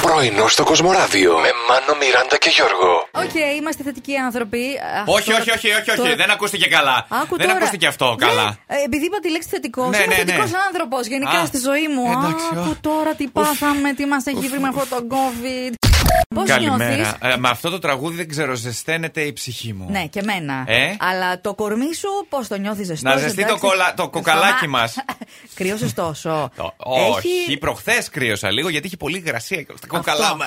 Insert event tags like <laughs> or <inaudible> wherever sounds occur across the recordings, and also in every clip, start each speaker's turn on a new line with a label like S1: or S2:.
S1: Πρωινό στο Κοσμοράδιο με Μάνο, Μιράντα και Γιώργο.
S2: Οκ, είμαστε θετικοί άνθρωποι. Αυτό-
S3: Όχι, όχι, όχι, όχι, όχι.
S2: Τώρα-
S3: δεν ακούστηκε καλά.
S2: Άκου
S3: δεν
S2: τώρα.
S3: ακούστηκε αυτό
S2: Ναι,
S3: καλά.
S2: ε, επειδή είπα τη λέξη θετικό,
S3: Ναι,
S2: είμαι
S3: ναι, ναι.
S2: θετικό άνθρωπος γενικά
S3: Α,
S2: στη ζωή μου.
S3: εντάξει,
S2: Άκου
S3: ω.
S2: τώρα τι πάθαμε, τι μας έχει βρει με αυτό το COVID. Πώς νιώθει.
S3: Καλημέρα. Ε, με αυτό το τραγούδι δεν ξέρω, ζεσταίνεται η ψυχή μου.
S2: Ναι, και εμένα.
S3: Ε?
S2: Αλλά το κορμί σου, πώς το νιώθεις ζεστός.
S3: Να ζεστεί το, κολα... το κοκαλάκι μας.
S2: <laughs> Κρύο ζεστόσο.
S3: Όχι, προχθές κρύωσα λίγο γιατί είχε πολύ υγρασία και στα κοκαλά μα.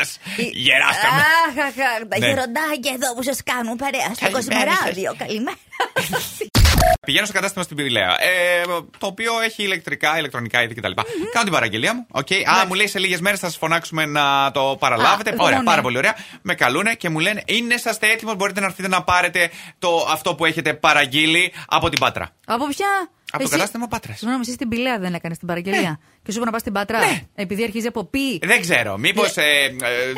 S3: Γεράσαμε.
S2: Αχαχα, τα
S3: Ναι.
S2: γεροντάκια εδώ που σας κάνουν παρέα στο
S3: Καλημέρα σας.
S2: Κοσμοράδιο. Καλημέρα.
S3: <laughs> Πηγαίνω στο κατάστημα στην Πυρηλαία. Ε, το οποίο έχει ηλεκτρικά, ηλεκτρονικά είδη κτλ. Κάνω την παραγγελία μου. οκ. Α, μου λέει σε λίγες μέρες θα σας φωνάξουμε να το παραλάβετε.
S2: Α,
S3: ωραία,
S2: γονεί.
S3: πάρα πολύ ωραία. Με καλούνε και μου λένε είναι είσαστε έτοιμος. Μπορείτε να έρθετε να πάρετε το, αυτό που έχετε παραγγείλει από την πάτρα.
S2: Από ποια.
S3: Από το κατάστημα Πάτρας.
S2: Συγγνώμη, εσύ στην Πηλαία δεν έκανες την παραγγελία. Και σου είπα να πας στην Πάτρα. Επειδή αρχίζει από πι.
S3: Ναι. Δεν ξέρω. Μήπω. Ε, ε,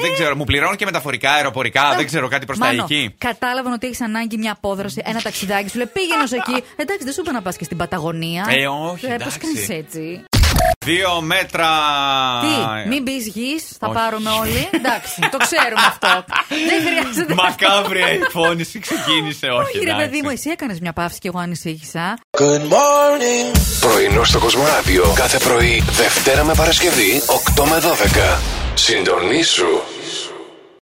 S3: δεν ξέρω. Μου πληρώνουν και μεταφορικά, αεροπορικά. δεν ξέρω κάτι προς τα
S2: Ε, Μάνο,
S3: εκεί.
S2: Κατάλαβαν ότι έχεις ανάγκη μια απόδραση, ένα ταξιδάκι. Σου λέει πήγαινε ως εκεί. Εντάξει, δεν σου είπα να πας και στην Παταγωνία.
S3: Ε, όχι,
S2: Πώ
S3: εντάξει.
S2: κάνει έτσι.
S3: Δύο μέτρα.
S2: Τι, μην πει γης, θα
S3: ε. Όχι.
S2: πάρουμε όλοι. Εντάξει, το ξέρουμε
S3: <laughs>
S2: αυτό. δεν χρειάζεται.
S3: Μακάβρια η φώνηση ξεκίνησε, όχι.
S2: Όχι, ρε
S3: εντάξει.
S2: παιδί μου, εσύ έκανες μια παύση και εγώ ανησύχησα.
S1: Πρωινό στο Κοσμοράδιο κάθε πρωί, Δευτέρα με Παρασκευή, 8 με 12. Συντονίσου